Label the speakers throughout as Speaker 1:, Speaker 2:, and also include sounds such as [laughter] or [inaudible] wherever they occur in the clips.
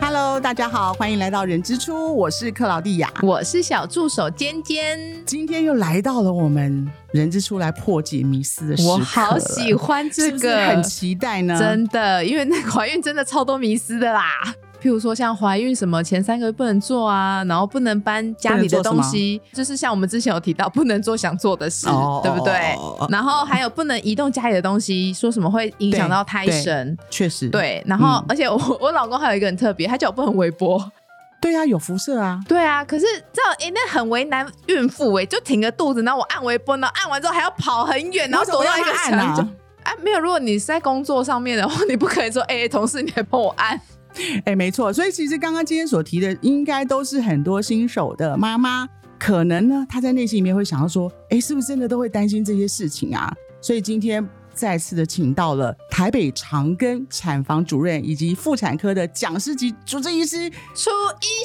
Speaker 1: Hello，大家好，欢迎来到人之初，我是克劳蒂亚。
Speaker 2: 我是小助手尖尖，
Speaker 1: 今天又来到了我们人之初来破解迷思的时刻了，
Speaker 2: 我好喜欢这
Speaker 1: 是
Speaker 2: 个，
Speaker 1: 不是很期待呢。
Speaker 2: 真的，因为那个怀孕真的超多迷思的啦。譬如说像怀孕什么前三个月不能做啊，然后不能搬家里的东西，就是像我们之前有提到不能做想做的事，
Speaker 1: 哦
Speaker 2: 对不对？
Speaker 1: 哦哦哦
Speaker 2: 然后还有不能移动家里的东西，说什么会影响到胎神。
Speaker 1: 确实，
Speaker 2: 对，然后、
Speaker 1: 嗯
Speaker 2: 而且我 [laughs] 我老公还有一个很特别，他叫我不能微波。
Speaker 1: 对啊，有辐射啊，
Speaker 2: 对啊，可是这样哎、诶那很为难孕妇哎、就挺个肚子，然后我按微波，然后按完之后还要跑很远，然后躲到一个
Speaker 1: 为什
Speaker 2: 墙
Speaker 1: 么要按啊
Speaker 2: 角。啊，没有，如果你是在工作上面的话，你不可以说，哎、同事，你来帮我按。
Speaker 1: 哎，没错，所以其实刚刚今天所提的，应该都是很多新手的妈妈，可能呢，她在内心里面会想要说，哎，是不是真的都会担心这些事情啊？所以今天再次的请到了台北长庚产房主任以及妇产科的讲师级主治医师，
Speaker 2: 初医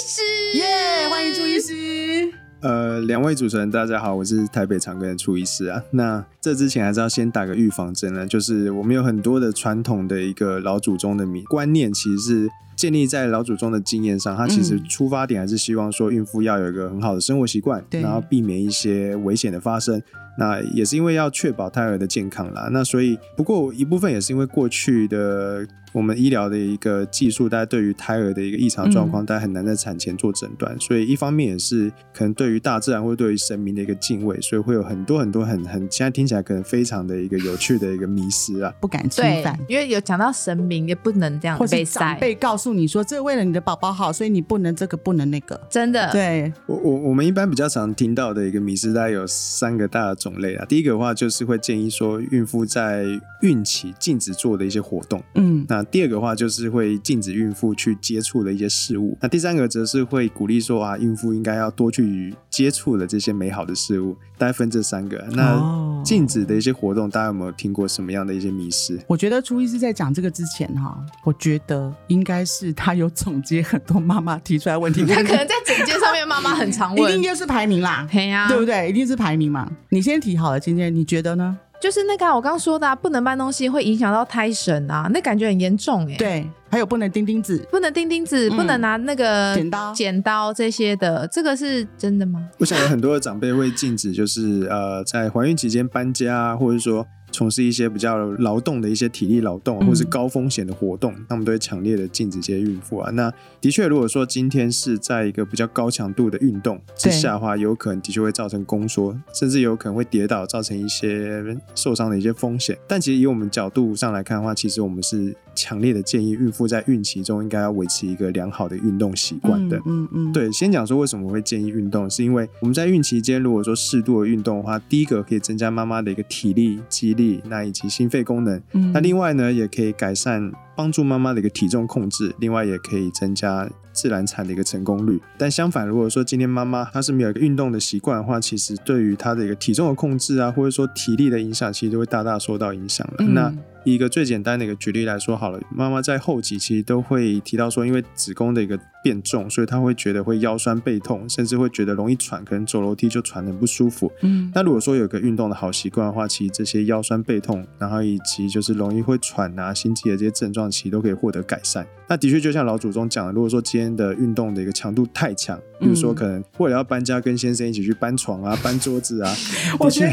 Speaker 2: 师，
Speaker 1: 耶、欢迎朱医。师。
Speaker 3: 呃，两位主持人，大家好，我是台北长庚的初医师啊。那这之前还是要先打个预防针呢，就是我们有很多的传统的一个老祖宗的迷观念，其实是建立在老祖宗的经验上。他其实
Speaker 1: 嗯
Speaker 3: 出发点还是希望说，孕妇要有一个很好的生活习惯，
Speaker 1: 对
Speaker 3: 然后避免一些危险的发生。那也是因为要确保胎儿的健康啦。那所以，不过一部分也是因为过去的我们医疗的一个技术，大家对于胎儿的一个异常状况，大家很难在产前做诊断，所以一方面也是可能对于大自然或对于神明的一个敬畏，所以会有很多很多很很现在听起来可能非常的一个有趣的一个迷失啊。
Speaker 1: 不敢侵
Speaker 2: 对
Speaker 1: 犯，，
Speaker 2: 因为有讲到神明，也不能这样
Speaker 1: [laughs] 或是
Speaker 2: 被
Speaker 1: 长
Speaker 2: 塞，
Speaker 1: 辈告诉你说，这为了你的宝宝好，所以你不能这个，不能那个。
Speaker 2: 真的。
Speaker 1: 对，
Speaker 3: 我我我们一般比较常听到的一个迷失，大概有三个大的种类啊。第一个的话就是会建议说，孕妇在孕期禁止做的一些活动。
Speaker 1: 嗯，
Speaker 3: 那第二个话就是会禁止孕妇去接触的一些事物。那第三个则是会鼓励说啊，孕妇应该要多去接触的这些美好的事物。大概分这三个。
Speaker 1: 哦
Speaker 3: 那禁止的一些活动，大家有没有听过什么样的一些迷失？
Speaker 1: 我觉得初医师在讲这个之前哈，我觉得应该是他有总结很多妈妈提出来的问题，
Speaker 2: [laughs] 他可能在简介上面，妈妈
Speaker 1: [laughs]
Speaker 2: 很常
Speaker 1: 一定
Speaker 2: 问。
Speaker 1: 就是排名啦，
Speaker 2: 嘿啊呀、
Speaker 1: 对不对？一定是排名嘛。你先提好了，今天你觉得呢？
Speaker 2: 就是那个啊、我刚刚说的、啊，不能搬东西会影响到胎神啊，那感觉很严重哎、，
Speaker 1: 对，还有不能钉钉子，
Speaker 2: 不能钉钉子，
Speaker 1: 嗯
Speaker 2: 不能拿那个
Speaker 1: 剪刀
Speaker 2: 剪刀这些的，这个是真
Speaker 1: [laughs]
Speaker 2: 的吗？
Speaker 3: 我想有很多的长辈会禁止，就是呃，在怀孕期间搬家啊，或者说从事一些比较劳动的一些体力劳动啊，
Speaker 1: 嗯
Speaker 3: 或是高风险的活动，他们都会强烈的禁止这些孕妇啊。那的确，如果说今天是在一个比较高强度的运动之下的话，有可能的确会造成宫缩，甚至有可能会跌倒，造成一些受伤的一些风险。但其实以我们角度上来看的话，其实我们是强烈的建议孕妇在孕期中应该要维持一个良好的运动习惯的。
Speaker 1: 嗯嗯，嗯，
Speaker 3: 对，先讲说为什么会建议运动，是因为我们在孕期间，如果说适度的运动的话，第一个可以增加妈妈的一个体力、肌力，那以及心肺功能。
Speaker 1: 嗯
Speaker 3: 那另外呢，也可以改善帮助妈妈的一个体重控制，另外也可以增加自然产的一个成功率。但相反，如果说今天妈妈她是没有一个运动的习惯的话，其实对于她的一个体重的控制啊，或者说体力的影响，其实都会大大受到影响了。
Speaker 1: 嗯
Speaker 3: 那以一个最简单的一个举例来说好了，妈妈在后期其实都会提到说，因为子宫的一个变重，所以她会觉得会腰酸背痛，甚至会觉得容易喘，可能走楼梯就喘得很不舒服。
Speaker 1: 嗯，
Speaker 3: 那如果说有个运动的好习惯的话，其实这些腰酸背痛，然后以及就是容易会喘啊、心悸的这些症状，其实都可以获得改善。那的确，就像老祖宗讲的，如果说今天的运动的一个强度太强，比如说
Speaker 1: 嗯
Speaker 3: 可能为了要搬家，跟先生一起去搬床啊、搬桌子啊，
Speaker 1: [laughs] 我觉得 [laughs]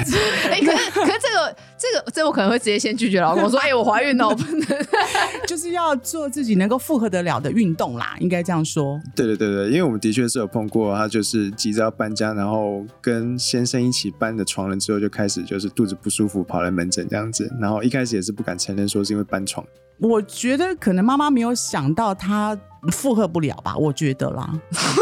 Speaker 2: 哎、可是可是这个这个这我可能会直接先拒绝老
Speaker 1: [laughs]
Speaker 2: 公说，哎、我怀孕了，我不能。 [laughs]
Speaker 1: 就是要做自己能够负荷得了的运动啦，应该这样说。
Speaker 3: 对对对对，因为我们的确是有碰过，他就是急着要搬家，然后跟先生一起搬的床了之后，就开始就是肚子不舒服，跑来门诊这样子。然后一开始也是不敢承认说是因为搬床，
Speaker 1: 我觉得可能妈妈没有想到她负荷不了吧，我觉得啦。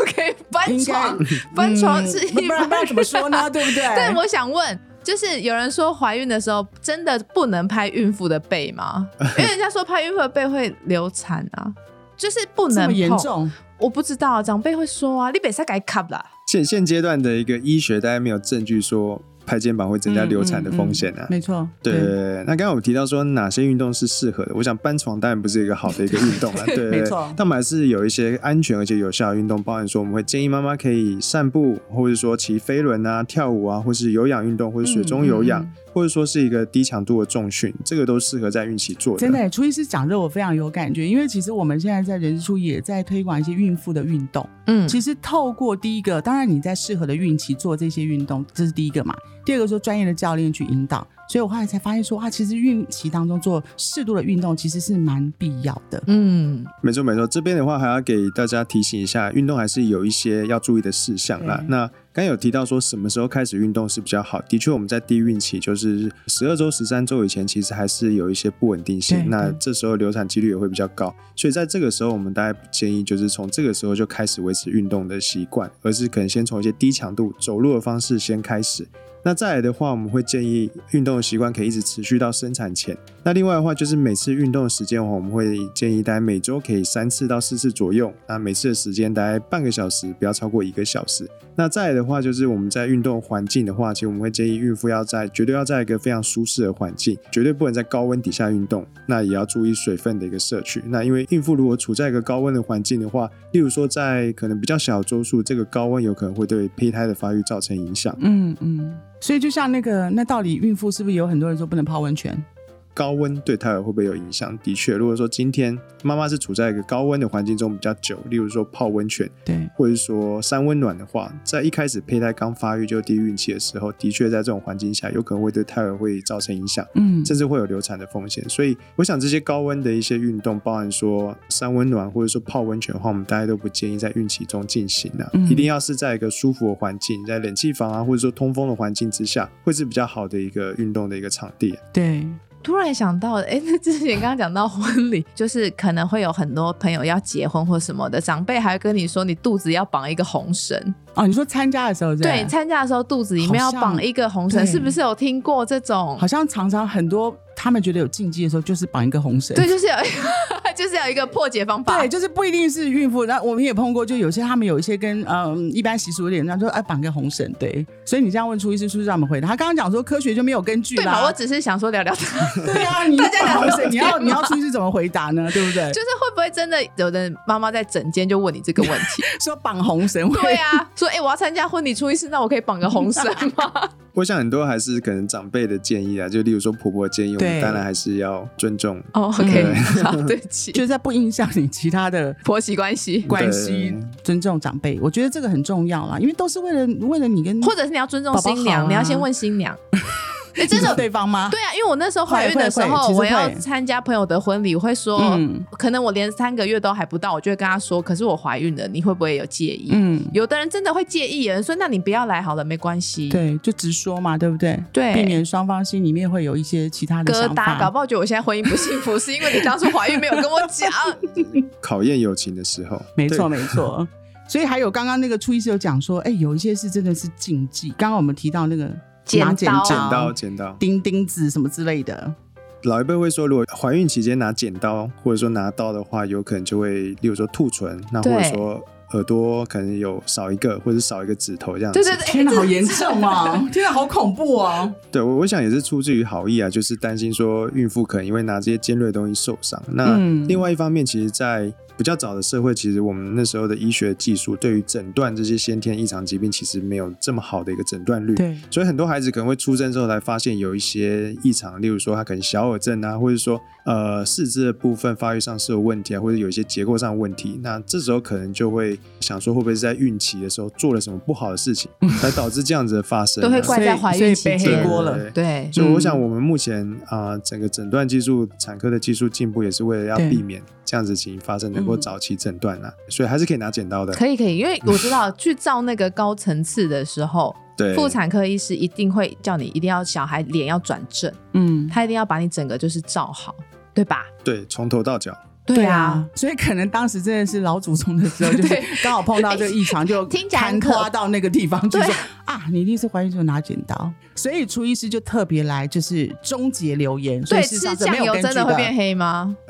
Speaker 2: OK，搬
Speaker 1: 应
Speaker 2: 床
Speaker 1: 该，
Speaker 2: 搬床
Speaker 1: 嗯
Speaker 2: 是
Speaker 1: 不
Speaker 2: 一
Speaker 1: 不然不
Speaker 2: 般
Speaker 1: 然怎么说呢？对不对？
Speaker 2: [laughs] 但我想问，就是有人说怀孕的时候真的不能拍孕妇的
Speaker 1: [laughs]
Speaker 2: 背吗？因为人家说拍孕妇的背会流产啊，就是不
Speaker 1: 这
Speaker 2: 能
Speaker 1: 么严
Speaker 2: 碰。
Speaker 1: 重，
Speaker 2: 我不知道啊，长辈会说啊，你别再改 cup 啦。
Speaker 3: 现现阶段的一个医学，大家没有证据说拍肩膀会增加流产的风险啊。
Speaker 1: 嗯没错，
Speaker 3: 对对，对那刚刚我们提到说哪些运动是适合的，我想搬床当然不是一个好的一个运动啊，对对
Speaker 1: 没
Speaker 3: 对
Speaker 1: 错
Speaker 3: 但我们还是有一些安全而且有效的运动，包含说我们会建议妈妈可以散步，或者说骑飞轮啊、跳舞啊，或是有氧运动，或者水中有氧，
Speaker 1: 嗯嗯
Speaker 3: 或者说是一个低强度的重训，这个都适合在孕期做的。
Speaker 1: 真的，初医师讲这我非常有感觉，因为其实我们现在在人之初也在推广一些孕妇的运动。
Speaker 2: 嗯，
Speaker 1: 其实透过第一个，当然你在适合的孕期做这些运动，这是第一个嘛。第二个说专业的教练去引导，所以我后来才发现说啊，其实孕期当中做适度的运动其实是蛮必要的。
Speaker 2: 嗯，
Speaker 3: 没错没错，这边的话还要给大家提醒一下，运动还是有一些要注意的事项啦
Speaker 1: 对。
Speaker 3: 那刚有提到说什么时候开始运动是比较好，的确我们在低孕期，就是十二周、十三周以前，其实还是有一些不稳定
Speaker 1: 对
Speaker 3: 性，那
Speaker 1: 对
Speaker 3: 这时候流产几率也会比较高。所以在这个时候，我们大概不建议就是从这个时候就开始维持运动的习惯，而是可能先从一些低强度走路的方式先开始。那再来的话，我们会建议运动的习惯可以一直持续到生产前。那另外的话，就是每次运动的时间的话，我们会建议大家每周可以三次到四次左右。那每次的时间大概半个小时，不要超过一个小时。那再来的话，就是我们在运动环境的话，其实我们会建议孕妇要在绝对要在一个非常舒适的环境，绝对不能在高温底下运动。那也要注意水分的一个摄取。那因为孕妇如果处在一个高温的环境的话，例如说在可能比较小的周数，这个高温有可能会对胚胎的发育造成影响。
Speaker 1: 嗯嗯，所以就像那个，那到底孕妇是不是有很多人说不能泡温泉？
Speaker 3: 高温对胎儿会不会有影响？的确，如果说今天妈妈是处在一个高温的环境中比较久，例如说泡温泉
Speaker 1: 对，
Speaker 3: 或者说三温暖的话，在一开始胚胎刚发育就低孕期的时候，的确在这种环境下有可能会对胎儿会造成影响。
Speaker 1: 嗯，
Speaker 3: 甚至会有流产的风险，所以我想这些高温的一些运动，包含说三温暖或者说泡温泉的话，我们大家都不建议在孕期中进行的、
Speaker 1: 嗯
Speaker 3: 一定要是在一个舒服的环境，在冷气房啊，或者说通风的环境之下，会是比较好的一个运动的一个场地。啊
Speaker 1: 对，
Speaker 2: 突然想到， [laughs] 哎、那之前刚刚讲到婚礼， [laughs] 就是可能会有很多朋友要结婚或什么的，长辈还会跟你说，你肚子要绑一个红绳。
Speaker 1: 哦，你说参加的时候是不是
Speaker 2: 对，参加的时候肚子里面要
Speaker 1: 啊好像
Speaker 2: 绑一个红绳，
Speaker 1: 对
Speaker 2: 是不是有听过这种
Speaker 1: 好？像常常很多他们觉得有禁忌的时候，就是绑一个红绳。
Speaker 2: 对，就是有 [laughs] 一个，就是有一个破解方法。
Speaker 1: 对，就是不一定是孕妇，那我们也碰过，就有些他们有一些跟嗯一般习俗有点像，说哎绑个红绳，对。所以你这样问出医师，出让我们回答。他刚刚讲说科学就没有根据
Speaker 2: 对嘛？我
Speaker 1: [laughs] 啦，
Speaker 2: 只是想说聊聊它。
Speaker 1: [laughs] 对啊，你
Speaker 2: 大家
Speaker 1: 绑红
Speaker 2: 聊
Speaker 1: 绳，你要你要出医师怎么回答呢？对不对
Speaker 2: 就？是会不会真的有的妈妈在整间就问你这个问
Speaker 1: [laughs]
Speaker 2: 题？
Speaker 1: 说绑红绳，
Speaker 2: 对啊，说哎、诶我要参加婚礼初一次，那我可以绑个红绳
Speaker 1: [laughs]
Speaker 2: 吗？
Speaker 3: 我想很多还是可能长辈的建议啊，就例如说婆婆的建议，我
Speaker 1: 对
Speaker 3: 们当然还是要尊重。
Speaker 2: 哦，OK，好，对不
Speaker 1: [laughs]
Speaker 2: 起，
Speaker 1: 就是在不影响你其他的
Speaker 2: 婆媳关系，
Speaker 1: 关系
Speaker 3: 对，
Speaker 1: 尊重长辈，我觉得这个很重要啦，因为都是为了为了你跟
Speaker 2: 或者是你要尊重
Speaker 1: 宝宝
Speaker 2: 新娘，
Speaker 1: 好啊
Speaker 2: 你要先问新
Speaker 1: [laughs]
Speaker 2: 娘。哎、真的。
Speaker 1: 对方吗？
Speaker 2: 对啊，因为我那时候怀孕的时候，
Speaker 1: 会会会
Speaker 2: 我要
Speaker 1: 其实会
Speaker 2: 参加朋友的婚礼，我会说，
Speaker 1: 嗯
Speaker 2: 可能我连三个月都还不到，我就会跟他说，可是我怀孕了，你会不会有介意？
Speaker 1: 嗯，
Speaker 2: 有的人真的会介意，有人说，那你不要来好了，没关系。
Speaker 1: 对，就直说嘛，对不对？
Speaker 2: 对
Speaker 1: 避免双方心里面会有一些其他的
Speaker 2: 疙
Speaker 1: 想
Speaker 2: 瘩，搞
Speaker 1: 法。
Speaker 2: 不好觉得我现在婚姻不幸福，是因为你当初怀孕没有跟我
Speaker 1: [laughs]
Speaker 2: 讲。
Speaker 3: 考验友情的时候，
Speaker 1: 没
Speaker 3: 对
Speaker 1: 错，，没
Speaker 3: [laughs]
Speaker 1: 错。所以还有刚刚那个初医师有讲说，哎，有一些是真的是禁忌。刚刚我们提到那个
Speaker 2: 剪
Speaker 1: 拿
Speaker 2: 刀
Speaker 3: 剪刀、剪刀，
Speaker 1: 钉钉子什么之类的，
Speaker 3: 老一辈会说，如果怀孕期间拿剪刀或者说拿刀的话，有可能就会，例如说兔唇，那或
Speaker 2: 对
Speaker 3: 者说耳朵可能有少一个或者少一个指头这样子。
Speaker 2: 对对对，
Speaker 1: 天哪，
Speaker 2: 哎
Speaker 1: 好严重啊！
Speaker 2: [laughs]
Speaker 1: 天哪，好恐怖哦！
Speaker 3: 对我我想也是出自于好意啊，就是担心说孕妇可能因为拿这些尖锐的东西受伤。那
Speaker 1: 嗯
Speaker 3: 另外一方面，其实，在比较早的社会，其实我们那时候的医学技术对于诊断这些先天异常疾病，其实没有这么好的一个诊断率。
Speaker 1: 对，
Speaker 3: 所以很多孩子可能会出生之后才发现有一些异常，例如说他可能小耳症啊，或者说呃四肢的部分发育上是有问题啊，或者有一些结构上的问题。那这时候可能就会想说，会不会是在孕期的时候做了什么不好的事情，才导致这样子的发生啊、
Speaker 2: 都会怪
Speaker 1: 所以
Speaker 2: 在怀孕
Speaker 1: 所以
Speaker 2: 期
Speaker 1: 背
Speaker 2: 间
Speaker 1: 黑锅了。
Speaker 3: 对
Speaker 2: 对，
Speaker 3: 所以我想，我们目前啊、呃整个诊断技术、产科的技术进步，也是为了要
Speaker 1: 对
Speaker 3: 避免这样子情形发生，能够早期诊断啊。所以还是可以拿剪刀的。
Speaker 2: 可以可以，因为我知道去照那个高层次的时候，
Speaker 3: 对，
Speaker 2: 妇产科医师一定会叫你一定要小孩脸要转正，
Speaker 1: 嗯，
Speaker 2: 他一定要把你整个就是照好，对吧？
Speaker 3: 对，从头到脚。
Speaker 2: 对啊，，
Speaker 1: 所以可能当时真的是老祖宗的
Speaker 2: [laughs]
Speaker 1: 时候，就是
Speaker 2: 对
Speaker 1: 刚好碰到这个异常，就
Speaker 2: [laughs] 听起来
Speaker 1: 盘
Speaker 2: 很可
Speaker 1: 夸到那个地方去
Speaker 2: 对
Speaker 1: 说啊，你一定是怀孕就拿剪刀，所以初医师就特别来就是终结流言，所
Speaker 2: 对，
Speaker 1: 以事实
Speaker 2: 吃
Speaker 1: 上是
Speaker 2: 酱
Speaker 1: 没有
Speaker 2: 油
Speaker 1: 根
Speaker 2: 真
Speaker 1: 据
Speaker 2: 的会变黑吗？ [laughs]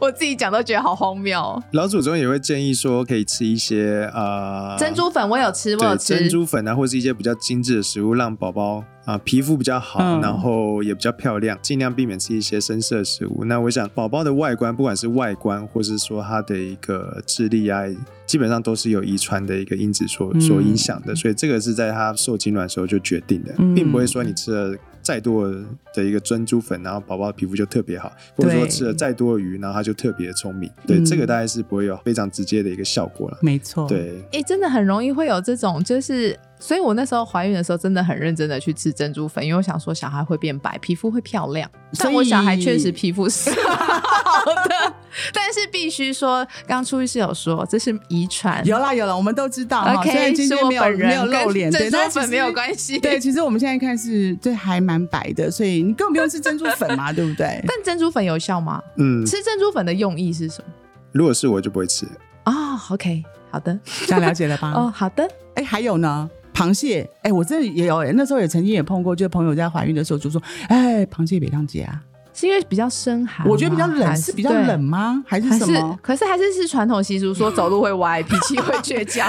Speaker 2: 我自己讲都觉得好荒谬哦。
Speaker 3: 老祖宗也会建议说，可以吃一些啊、呃
Speaker 2: 珍珠粉我有吃，我有
Speaker 3: 对
Speaker 2: 吃，
Speaker 3: 珍珠粉啊，或是一些比较精致的食物，让宝宝啊皮肤比较好，
Speaker 1: 嗯
Speaker 3: 然后也比较漂亮，尽量避免吃一些深色食物。那我想，宝宝的外观，不管是外观，或是说他的一个智力啊，基本上都是有遗传的一个因子所
Speaker 1: 嗯
Speaker 3: 所影响的，所以这个是在他受精卵的时候就决定的，
Speaker 1: 嗯
Speaker 3: 并不会说你吃了。再多的一个珍珠粉，然后宝宝皮肤就特别好，或者说
Speaker 1: 对
Speaker 3: 吃了再多的鱼，然后他就特别聪明。对，
Speaker 1: 嗯哦
Speaker 3: 这个大概是不会有非常直接的一个效果了。
Speaker 1: 没错，，
Speaker 3: 对，
Speaker 2: 哎、真的很容易会有这种，就是，所以我那时候怀孕的时候，真的很认真的去吃珍珠粉，因为我想说小孩会变白，皮肤会漂亮。
Speaker 1: 所
Speaker 2: 但
Speaker 1: 以
Speaker 2: 我小孩确实皮肤是 [laughs] 好的，但是必须说，刚刚初医师有说这是遗传。
Speaker 1: 有啦有啦，我们都知道哈
Speaker 2: OK，
Speaker 1: 所以今
Speaker 2: 是
Speaker 1: 天
Speaker 2: 我
Speaker 1: 没有
Speaker 2: 本人
Speaker 1: 没有露脸，
Speaker 2: 跟
Speaker 1: 对，
Speaker 2: 珍
Speaker 1: 但
Speaker 2: 珠粉
Speaker 1: 其实
Speaker 2: 没有关系。 [laughs]
Speaker 1: 对，其实 [laughs] 我们现在看是这还蛮白的，所以你根本不用吃珍珠粉嘛，对不
Speaker 2: [laughs]
Speaker 1: 对？
Speaker 2: 但珍珠粉有效吗？
Speaker 3: 嗯，
Speaker 2: 吃珍珠粉的用意是什么？
Speaker 3: 如果是我就不会吃。
Speaker 2: 哦，OK，好的，
Speaker 1: 这样了解了吧？
Speaker 2: 哦，好的，
Speaker 1: 哎、还有呢，螃蟹，哎、我真的也有、哎，那时候也曾经也碰过，就是朋友在怀孕的时候就说，哎、螃蟹别当姐啊，
Speaker 2: 是因为比较深寒吗，
Speaker 1: 我觉得比较冷，
Speaker 2: 啊还
Speaker 1: 是比较冷。吗？还
Speaker 2: 对
Speaker 1: 是
Speaker 2: 还
Speaker 1: 什
Speaker 2: 是 [laughs]
Speaker 1: 么，？
Speaker 2: 可是还是是传统习俗说走路会歪，脾气会
Speaker 1: [laughs]
Speaker 2: 倔强。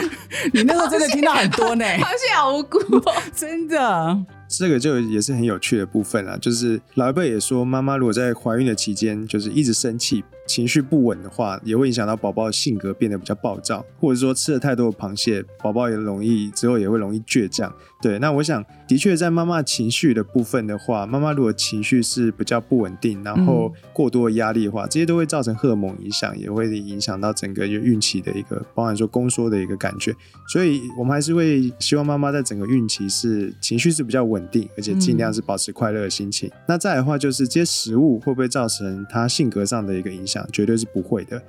Speaker 1: 你那时候真的听到很多呢，
Speaker 2: 螃蟹好无辜、哦
Speaker 1: 真
Speaker 2: [laughs]
Speaker 1: 的，
Speaker 3: 这个就也是很有趣的部分啦，就是老一辈也说，妈妈如果在怀孕的期间就是一直生气、情绪不稳的话，也会影响到宝宝的性格变得比较暴躁，或者说吃了太多的螃蟹，宝宝也容易之后也会容易倔强。对，那我想的确在妈妈情绪的部分的话，妈妈如果情绪是比较不稳定，然后过多的压力的话，这些都会造成荷尔蒙影响，也会影响到整个孕期的一个，包含说宫缩的一个感觉。所以我们还是会希望妈妈在整个孕期是情绪是比较稳定，而且尽量是保持快乐的心情。那再来的话，就是这些食物会不会造成她性格上的一个影响？绝对是不会的。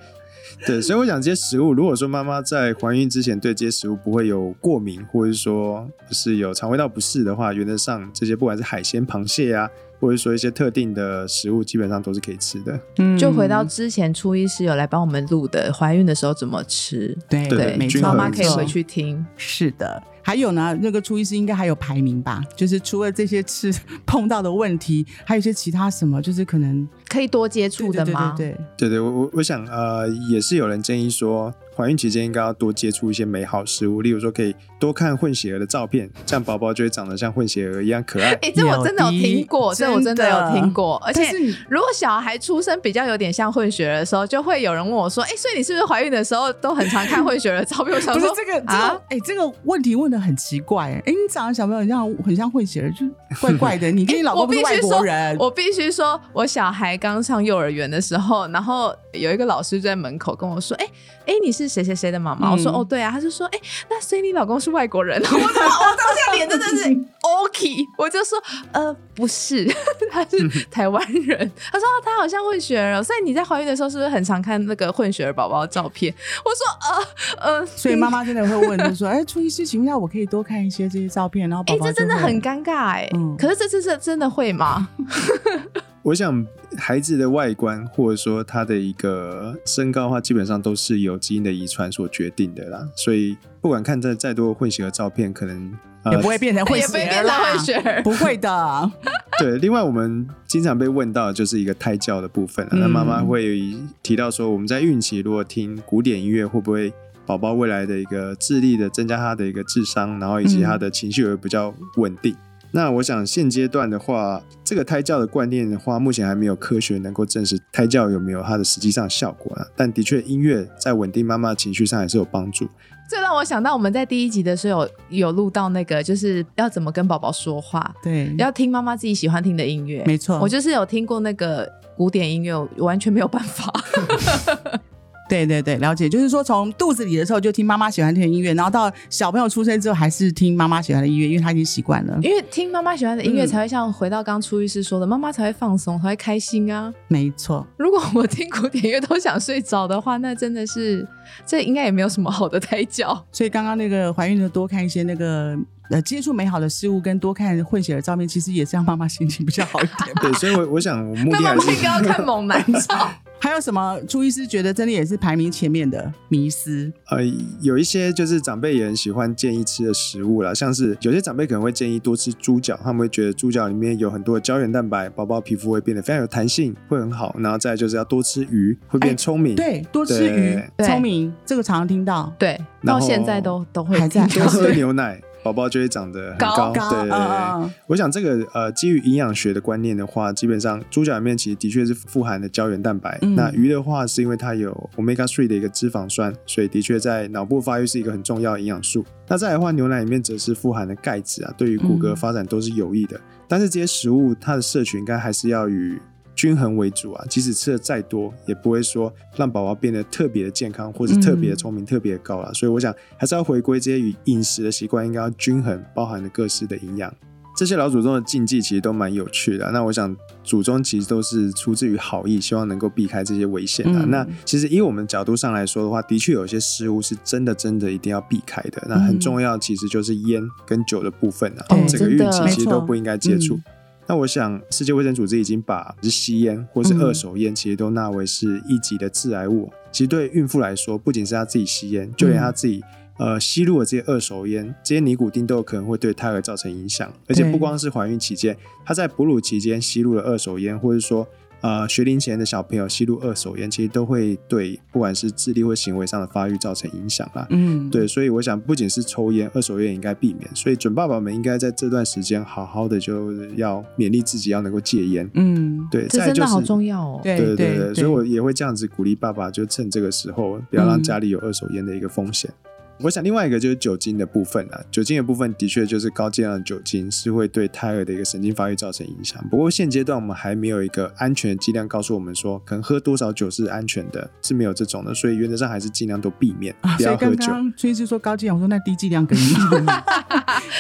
Speaker 3: 对，所以我想这些食物，如果说妈妈在怀孕之前对这些食物不会有过敏，或者是说是有肠胃道不适的话，原则上这些不管是海鲜、螃蟹啊，或者说一些特定的食物，基本上都是可以吃的。
Speaker 1: 嗯
Speaker 2: 就回到之前初一师有来帮我们录的，怀孕的时候怎么吃？
Speaker 1: 对
Speaker 3: 对
Speaker 2: 对
Speaker 1: 没，错，
Speaker 3: 均
Speaker 2: 妈
Speaker 3: 衡
Speaker 2: 妈
Speaker 1: 没
Speaker 2: 可以
Speaker 1: 错
Speaker 2: 回去听。
Speaker 1: 是的，还有呢，那个初医师应该还有排名吧？就是除了这些吃 [laughs] 碰到的问题，还有一些其他什么，就是可能
Speaker 2: 可以多接触的吗？
Speaker 1: 对对对对
Speaker 3: 对对，我我我想呃，也是有人建议说，怀孕期间应该要多接触一些美好事物，例如说可以多看混血儿的照片，这样宝宝就会长得像混血儿一样可爱。
Speaker 2: 哎、这我真的有听过，
Speaker 1: 有的
Speaker 2: 这我真的有听过。而
Speaker 1: 但
Speaker 2: 且
Speaker 1: 是你，
Speaker 2: 如果小孩出生比较有点像混血儿的时候，就会有人问我说：“哎、所以你是不是怀孕的时候都很常看混血儿的照片？”我想
Speaker 1: 不是
Speaker 2: 说，
Speaker 1: 这个，这个，哎、
Speaker 2: 啊
Speaker 1: 这个问题问的很奇怪、哎、哎，你长得小朋友很像很像混血儿，就是怪怪
Speaker 2: [laughs]
Speaker 1: 的。你跟你老
Speaker 2: 哎
Speaker 1: 公
Speaker 2: 我
Speaker 1: 不
Speaker 2: 必
Speaker 1: 是外
Speaker 2: 须说
Speaker 1: 国人，，
Speaker 2: 我必须说，我小孩刚上幼儿园的时候，然后有一个老师就在门口跟我说：“哎、哎、你是谁谁谁的妈妈？”
Speaker 1: 嗯
Speaker 2: 我说：“哦，对啊。”他就说：“哎、那所以你老公是外国人？” [laughs] 我怎么我当下脸真的
Speaker 1: [laughs]
Speaker 2: 是 OK，我就说：“呃，不是， [laughs] 他
Speaker 1: 嗯
Speaker 2: 是台湾人。”他说、啊他好像混血儿哦，所以你在怀孕的时候是不是很常看那个混血儿宝宝的照片？”我说：“呃呃，
Speaker 1: 所以妈妈真的会问，就说，哎、初医师，请问一下，我可以多看一些这些照片，然后
Speaker 2: 哎、
Speaker 1: 宝宝、
Speaker 2: 这真的很。尴尬哎、
Speaker 1: 嗯
Speaker 2: 可是这次是真的会吗？
Speaker 3: 我想孩子的外观或者说他的一个身高的话，基本上都是由基因的遗传所决定的啦。所以不管看再再多的混血儿照片，可能呃
Speaker 1: 也不会变成混
Speaker 2: 也不会
Speaker 1: 血
Speaker 2: 变
Speaker 1: 儿
Speaker 2: 成
Speaker 1: 啦，
Speaker 2: 混血儿。
Speaker 1: 不会的。
Speaker 3: [laughs] 对，另外我们经常被问到的就是一个胎教的部分了。
Speaker 1: 嗯
Speaker 3: 那妈妈会提到说，我们在孕期如果听古典音乐，会不会宝宝未来的一个智力的增加，他的一个智商，然后以及他的情绪也会比较稳定。那我想现阶段的话，这个胎教的观念的话，目前还没有科学能够证实胎教有没有它的实际上效果啊。但的确，音乐在稳定妈妈的情绪上也是有帮助。。
Speaker 2: 这让我想到我们在第一集的时候有有录到那个，就是要怎么跟宝宝说话，
Speaker 1: 对，
Speaker 2: 要听妈妈自己喜欢听的音乐。
Speaker 1: 嗯没错，
Speaker 2: 我就是有听过那个古典音乐，我完全没有办法。
Speaker 1: 对对对，了解，就是说从肚子里的时候就听妈妈喜欢听的音乐，然后到小朋友出生之后还是听妈妈喜欢的音乐，因为他已经习惯了。
Speaker 2: 因为听妈妈喜欢的音乐，
Speaker 1: 嗯
Speaker 2: 才会像回到刚初医师说的，妈妈才会放松，才会开心啊。
Speaker 1: 没错，
Speaker 2: 如果我听古典音乐都想睡着的话，那真的是这应该也没有什么好的胎教。
Speaker 1: 所以刚刚那个怀孕的多看一些那个呃接触美好的事物，跟多看混血的照片，其实也是让妈妈心情比较好一
Speaker 2: [laughs]
Speaker 1: 点
Speaker 3: 对，所以我我想我目
Speaker 2: 那
Speaker 3: 的
Speaker 2: 妈
Speaker 3: 还
Speaker 2: 妈
Speaker 3: 是
Speaker 2: 应该要看猛男照，
Speaker 1: 还有什么？朱医师觉得真的也是排名前面的迷思，
Speaker 3: 呃，有一些就是长辈也很喜欢建议吃的食物啦，像是有些长辈可能会建议多吃猪脚，他们会觉得猪脚里面有很多的胶原蛋白，宝宝皮肤会变得非常有弹性，会很好。然后再来就是要多吃鱼，会变聪明。
Speaker 1: 哎对，多吃鱼，
Speaker 2: 嗯对
Speaker 1: 聪明，这个常常听到。
Speaker 2: 对，
Speaker 3: 然
Speaker 2: 到
Speaker 3: 后
Speaker 2: 现在都都会
Speaker 1: 还在
Speaker 2: 听
Speaker 3: 多喝牛奶，宝宝就会长得很
Speaker 2: 高
Speaker 3: 高。
Speaker 1: 高
Speaker 3: 对对对对
Speaker 1: 嗯嗯
Speaker 3: 我想这个呃，基于营养学的观念的话，基本上猪脚里面其实的确是富含的胶原蛋白。
Speaker 1: 嗯
Speaker 3: 那鱼的话，是因为它有 omega three 的一个脂肪酸，所以的确在脑部发育是一个很重要的营养素。那再来的话，牛奶里面则是富含的钙质啊，对于骨骼发展都是有益的。但是这些食物它的摄取应该还是要与均衡为主啊，即使吃的再多，也不会说让宝宝变得特别的健康或者特别的聪明、特别的高啦。啊所以我想还是要回归这些与饮食的习惯应该要均衡，包含了各式的营养。这些老祖宗的禁忌其实都蛮有趣的啊、那我想，祖宗其实都是出自于好意，希望能够避开这些危险啊。
Speaker 1: 嗯
Speaker 3: 那其实以我们角度上来说的话，的确有一些事物是真的真的一定要避开的。那
Speaker 1: 嗯
Speaker 3: 很重要，其实就是烟跟酒的部分啊，
Speaker 1: 哦
Speaker 3: 整个
Speaker 2: 真
Speaker 3: 孕
Speaker 2: 的
Speaker 3: 期其
Speaker 1: 没
Speaker 3: 实
Speaker 1: 错
Speaker 3: 都不应该接触。
Speaker 1: 嗯
Speaker 3: 那我想，世界卫生组织已经把是吸烟或是二手烟，其实都纳为是一级的致癌物。啊其实对孕妇来说，不仅是她自己吸烟，就
Speaker 1: 嗯
Speaker 3: 连她自己、呃吸入的这些二手烟，这些尼古丁都有可能会对胎儿造成影响。而且
Speaker 1: 对
Speaker 3: 不光是怀孕期间，她在哺乳期间吸入了二手烟，或者说呃学龄前的小朋友吸入二手烟，其实都会对不管是智力或行为上的发育造成影响啦。
Speaker 1: 嗯，
Speaker 3: 对，所以我想，不仅是抽烟，二手烟也应该避免。所以准爸爸们应该在这段时间好好的，就是要勉励自己要能够戒烟。
Speaker 1: 嗯，
Speaker 3: 对，
Speaker 2: 这
Speaker 3: 再来
Speaker 2: 真
Speaker 3: 就
Speaker 2: 的好
Speaker 3: 是
Speaker 2: 重要哦。
Speaker 1: 对
Speaker 3: 对
Speaker 1: 对
Speaker 3: 对，所以我也会这样子鼓励爸爸，就趁这个时候不要让
Speaker 1: 嗯
Speaker 3: 家里有二手烟的一个风险。我想另外一个就是酒精的部分啊，酒精的部分的确就是高剂量的酒精是会对胎儿的一个神经发育造成影响。不过现阶段我们还没有一个安全的剂量告诉我们说，可能喝多少酒是安全的，是没有这种的，所以原则上还是尽量都避免，
Speaker 1: 啊，
Speaker 3: 不
Speaker 1: 所以
Speaker 3: 要喝
Speaker 1: 刚
Speaker 3: 酒。
Speaker 1: 刚崔医师说高剂量，我说那低剂量可以
Speaker 2: [laughs]
Speaker 1: 吗？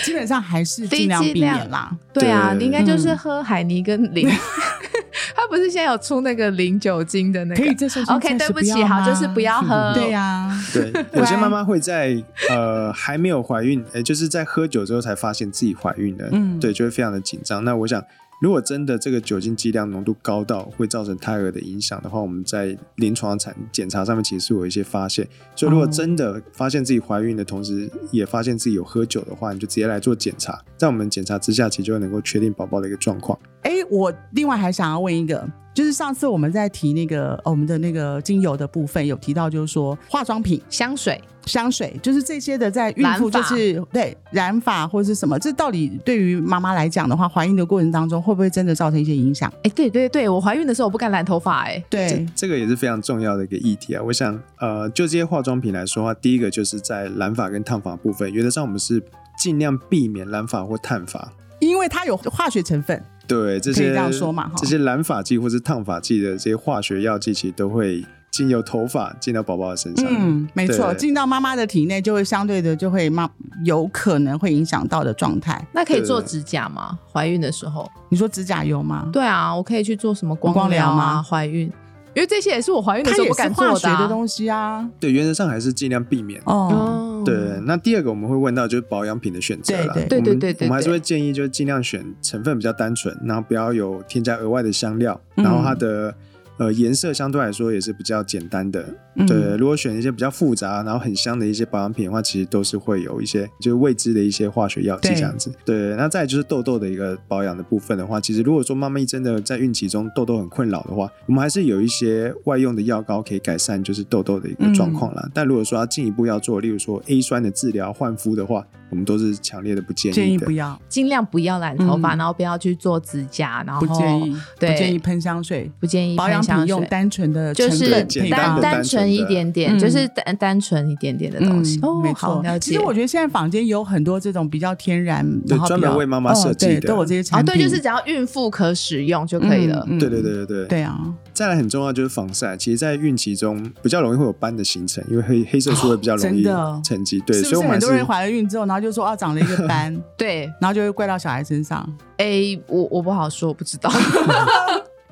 Speaker 1: 基本上还是尽量避免啦。
Speaker 2: 对啊，
Speaker 3: 对
Speaker 2: 你应该就是
Speaker 1: 嗯
Speaker 2: 喝海尼跟零， [laughs] 他不是现在有出那个零酒精的那
Speaker 1: 可
Speaker 2: 个
Speaker 1: 以，这时候就
Speaker 2: OK，
Speaker 1: 暂时
Speaker 2: 对不起
Speaker 1: 要吗
Speaker 2: 好就是不要喝
Speaker 1: 对啊呀、
Speaker 3: 对，有些妈妈会在呃还没有怀孕，呃，就是在喝酒之后才发现自己怀孕了，
Speaker 1: 嗯
Speaker 3: 对，就会非常的紧张。那我想，如果真的这个酒精剂量浓度高到会造成胎儿的影响的话，我们在临床产检查上面其实是有一些发现，所以如果
Speaker 1: 哦
Speaker 3: 真的发现自己怀孕的同时，也发现自己有喝酒的话，你就直接来做检查，在我们检查之下，其实就能够确定宝宝的一个状况。
Speaker 1: 哎，我另外还想要问一个，就是上次我们在提那个、呃我们的那个精油的部分，有提到就是说化妆品、
Speaker 2: 香水
Speaker 1: 香水，就是这些的，在孕妇
Speaker 2: 染发
Speaker 1: 就是对染发或是什么，这到底对于妈妈来讲的话，怀孕的过程当中会不会真的造成一些影响？
Speaker 2: 哎、对对对，我怀孕的时候我不敢染头发、哎，
Speaker 1: 对，
Speaker 3: 这个也是非常重要的一个议题啊。我想，呃，就这些化妆品来说的话，第一个就是在染发跟烫发部分，原则上我们是尽量避免染发或烫发。
Speaker 1: 因为它有化学成分，
Speaker 3: 对这
Speaker 1: 可以
Speaker 3: 些
Speaker 1: 这样说嘛哈
Speaker 3: 这些染发剂或是烫发剂的这些化学药剂，其实都会进由头发进到宝宝的身上。
Speaker 1: 嗯，没错，
Speaker 3: 对
Speaker 1: 进到妈妈的体内就会相对的就会妈有可能会影响到的状态。
Speaker 2: 那可以做
Speaker 3: 对
Speaker 2: 指甲吗？怀孕的时候，
Speaker 1: 你说指甲油吗？
Speaker 2: 对啊，我可以去做什么
Speaker 1: 光
Speaker 2: 光
Speaker 1: 疗
Speaker 2: 疗
Speaker 1: 吗
Speaker 2: 啊？怀孕，因为这些也是我怀孕的
Speaker 1: 它
Speaker 2: 时候
Speaker 1: 也
Speaker 2: 不
Speaker 1: 是
Speaker 2: 敢做
Speaker 1: 化学
Speaker 2: 啊
Speaker 1: 的东西啊。
Speaker 3: 对，原则上还是尽量避免。
Speaker 1: 哦，
Speaker 2: 哦，
Speaker 3: 对，那第二个我们会问到就是保养品的选择啦。
Speaker 1: 对
Speaker 2: 对
Speaker 3: 我们
Speaker 2: 对对对对
Speaker 3: 我们还是会建议就是尽量选成分比较单纯，然后不要有添加额外的香料，
Speaker 1: 嗯
Speaker 3: 然后它的。呃，颜色相对来说也是比较简单的，
Speaker 1: 嗯
Speaker 3: 对。如果选一些比较复杂，然后很香的一些保养品的话，其实都是会有一些就是未知的一些化学药剂
Speaker 1: 对
Speaker 3: 这样子。对，那再来就是痘痘的一个保养的部分的话，其实如果说妈咪真的在孕期中痘痘很困扰的话，我们还是有一些外用的药膏可以改善就是痘痘的一个状况
Speaker 1: 嗯
Speaker 3: 啦。但如果说要进一步要做，例如说 A 酸的治疗换肤的话，我们都是强烈的不建
Speaker 1: 建
Speaker 3: 议
Speaker 1: 议
Speaker 3: 的
Speaker 1: 不。要，
Speaker 2: 尽量不要染头发，然后不要去做指甲，然
Speaker 1: 嗯
Speaker 2: 后
Speaker 1: 不建议，不
Speaker 2: 对
Speaker 1: 建议喷香水，
Speaker 2: 不建议
Speaker 1: 保养
Speaker 2: 喷香
Speaker 1: 品
Speaker 2: 水
Speaker 1: 用单纯的成
Speaker 2: 就
Speaker 1: 分
Speaker 2: 是
Speaker 1: 配方
Speaker 3: 简单
Speaker 2: 单
Speaker 3: 的单纯
Speaker 2: 纯一
Speaker 3: 的嗯
Speaker 2: 点点，
Speaker 1: 嗯
Speaker 2: 就是单单纯一点点的东西。
Speaker 1: 没
Speaker 2: 哦，好
Speaker 1: 错
Speaker 2: 了。解。
Speaker 1: 其实我觉得现在坊间有很多这种比较天然，
Speaker 3: 对
Speaker 1: 然后比较
Speaker 3: 专门为妈妈设计的
Speaker 1: 哦对都有这些
Speaker 2: 哦，
Speaker 1: 产品。
Speaker 2: 对，就是只要孕妇可使用就可以了。
Speaker 1: 嗯嗯
Speaker 3: 对对对对对。
Speaker 1: 对啊，
Speaker 3: 再来很重要就是防晒，其实，在孕期中比较容易会有斑的形成，因为黑黑色素会比较容易
Speaker 1: 哦真的
Speaker 3: 沉积。对，
Speaker 1: 是
Speaker 3: 所以
Speaker 1: 不是
Speaker 3: 我们还
Speaker 1: 很
Speaker 3: 是
Speaker 1: 多人怀了孕之后，然后就说啊长了一
Speaker 3: [laughs]
Speaker 1: 个斑，
Speaker 2: 对，
Speaker 1: 然后就会怪到小孩身上？
Speaker 2: 哎、我我不好说，我不知
Speaker 3: [laughs]
Speaker 2: 道。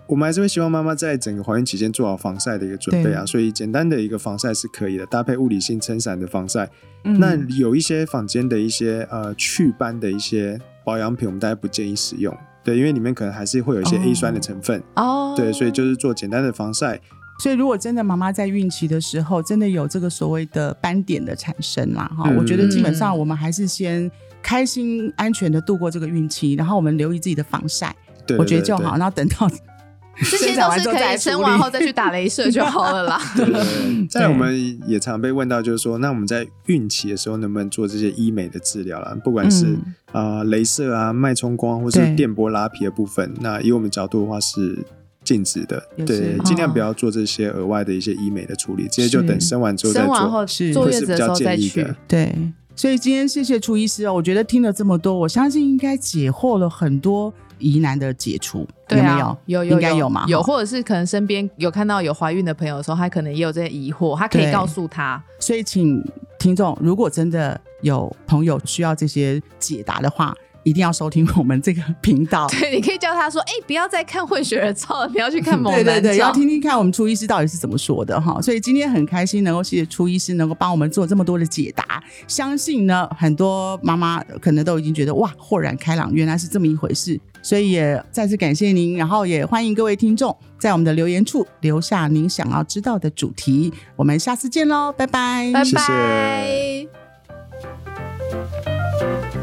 Speaker 3: 我们还是会希望妈妈在整个怀孕期间做好防晒的一个准备啊，所以简单的一个防晒是可以的，搭配物理性撑伞的防晒。
Speaker 1: 嗯
Speaker 3: 那有一些坊间的一些呃祛斑的一些保养品，我们大家不建议使用，对，因为里面可能还是会有一些
Speaker 1: 哦
Speaker 3: A 酸的成分，
Speaker 2: 哦，
Speaker 3: 对，所以就是做简单的防晒。
Speaker 1: 所以，如果真的妈妈在孕期的时候，真的有这个所谓的斑点的产生啦，哈、
Speaker 3: 嗯
Speaker 1: 我觉得基本上我们还是先开心、安全的度过这个孕期，然后我们留意自己的防晒，
Speaker 3: 对，
Speaker 1: 我觉得就
Speaker 3: 对对 [laughs]
Speaker 1: 好。然后等到
Speaker 2: 这些都是可以生完后再去打镭射就好了啦。
Speaker 1: [laughs]
Speaker 3: 对对对再来我们也常被问到，就是说，那我们在孕期的时候能不能做这些医美的治疗啦？不管是
Speaker 1: 嗯
Speaker 3: 啊、呃镭射啊、脉冲光或是
Speaker 1: 对
Speaker 3: 电波拉皮的部分，那以我们角度的话是禁止的，
Speaker 1: 也
Speaker 3: 对
Speaker 1: 是，
Speaker 3: 尽量
Speaker 2: 哦
Speaker 3: 不要做这些额外的一些医美的处理，这些就是等生
Speaker 2: [laughs]
Speaker 3: 完之后再
Speaker 2: 生
Speaker 3: 做，
Speaker 2: 完后
Speaker 1: 是
Speaker 2: 坐
Speaker 3: 会
Speaker 2: 月
Speaker 3: 是
Speaker 2: 子
Speaker 3: 比
Speaker 2: 的时
Speaker 3: 较
Speaker 2: 候再
Speaker 3: 建议
Speaker 2: 去
Speaker 3: 的。。
Speaker 1: 对，所以今天谢谢初医师哦，我觉得听了这么多，我相信应该解惑了很多疑难的解除，
Speaker 2: 对
Speaker 1: 有没
Speaker 2: 啊，
Speaker 1: 有？
Speaker 2: 有
Speaker 1: 应该有嘛？
Speaker 2: 有，
Speaker 1: 哈
Speaker 2: 或者是可能身边有看到有怀孕的朋友的时候，他可能也有这些疑惑，他可以
Speaker 1: 对
Speaker 2: 告诉他。 [laughs]
Speaker 1: 所以请听众，如果真的有朋友需要这些解答的话，一定要收听我们这个频
Speaker 2: [laughs]
Speaker 1: 道。
Speaker 2: 对，你可以叫他说：“哎、不要再看混血儿照了，你要去
Speaker 3: [laughs]
Speaker 2: 看
Speaker 1: 嗯
Speaker 2: 猛
Speaker 1: 对
Speaker 2: 男照。
Speaker 1: 对对，要听听看我们初医师到底是怎么说的哈。所以今天很开心能够谢谢初医师能够帮我们做这么多的解答，相信呢很多妈妈可能都已经觉得哇豁然开朗，原来是这么一回事。所以也再次感谢您，然后也欢迎各位听众在我们的留言处留下您想要知道的主题。我们下次见喽，拜拜，
Speaker 2: 拜拜。
Speaker 3: 谢谢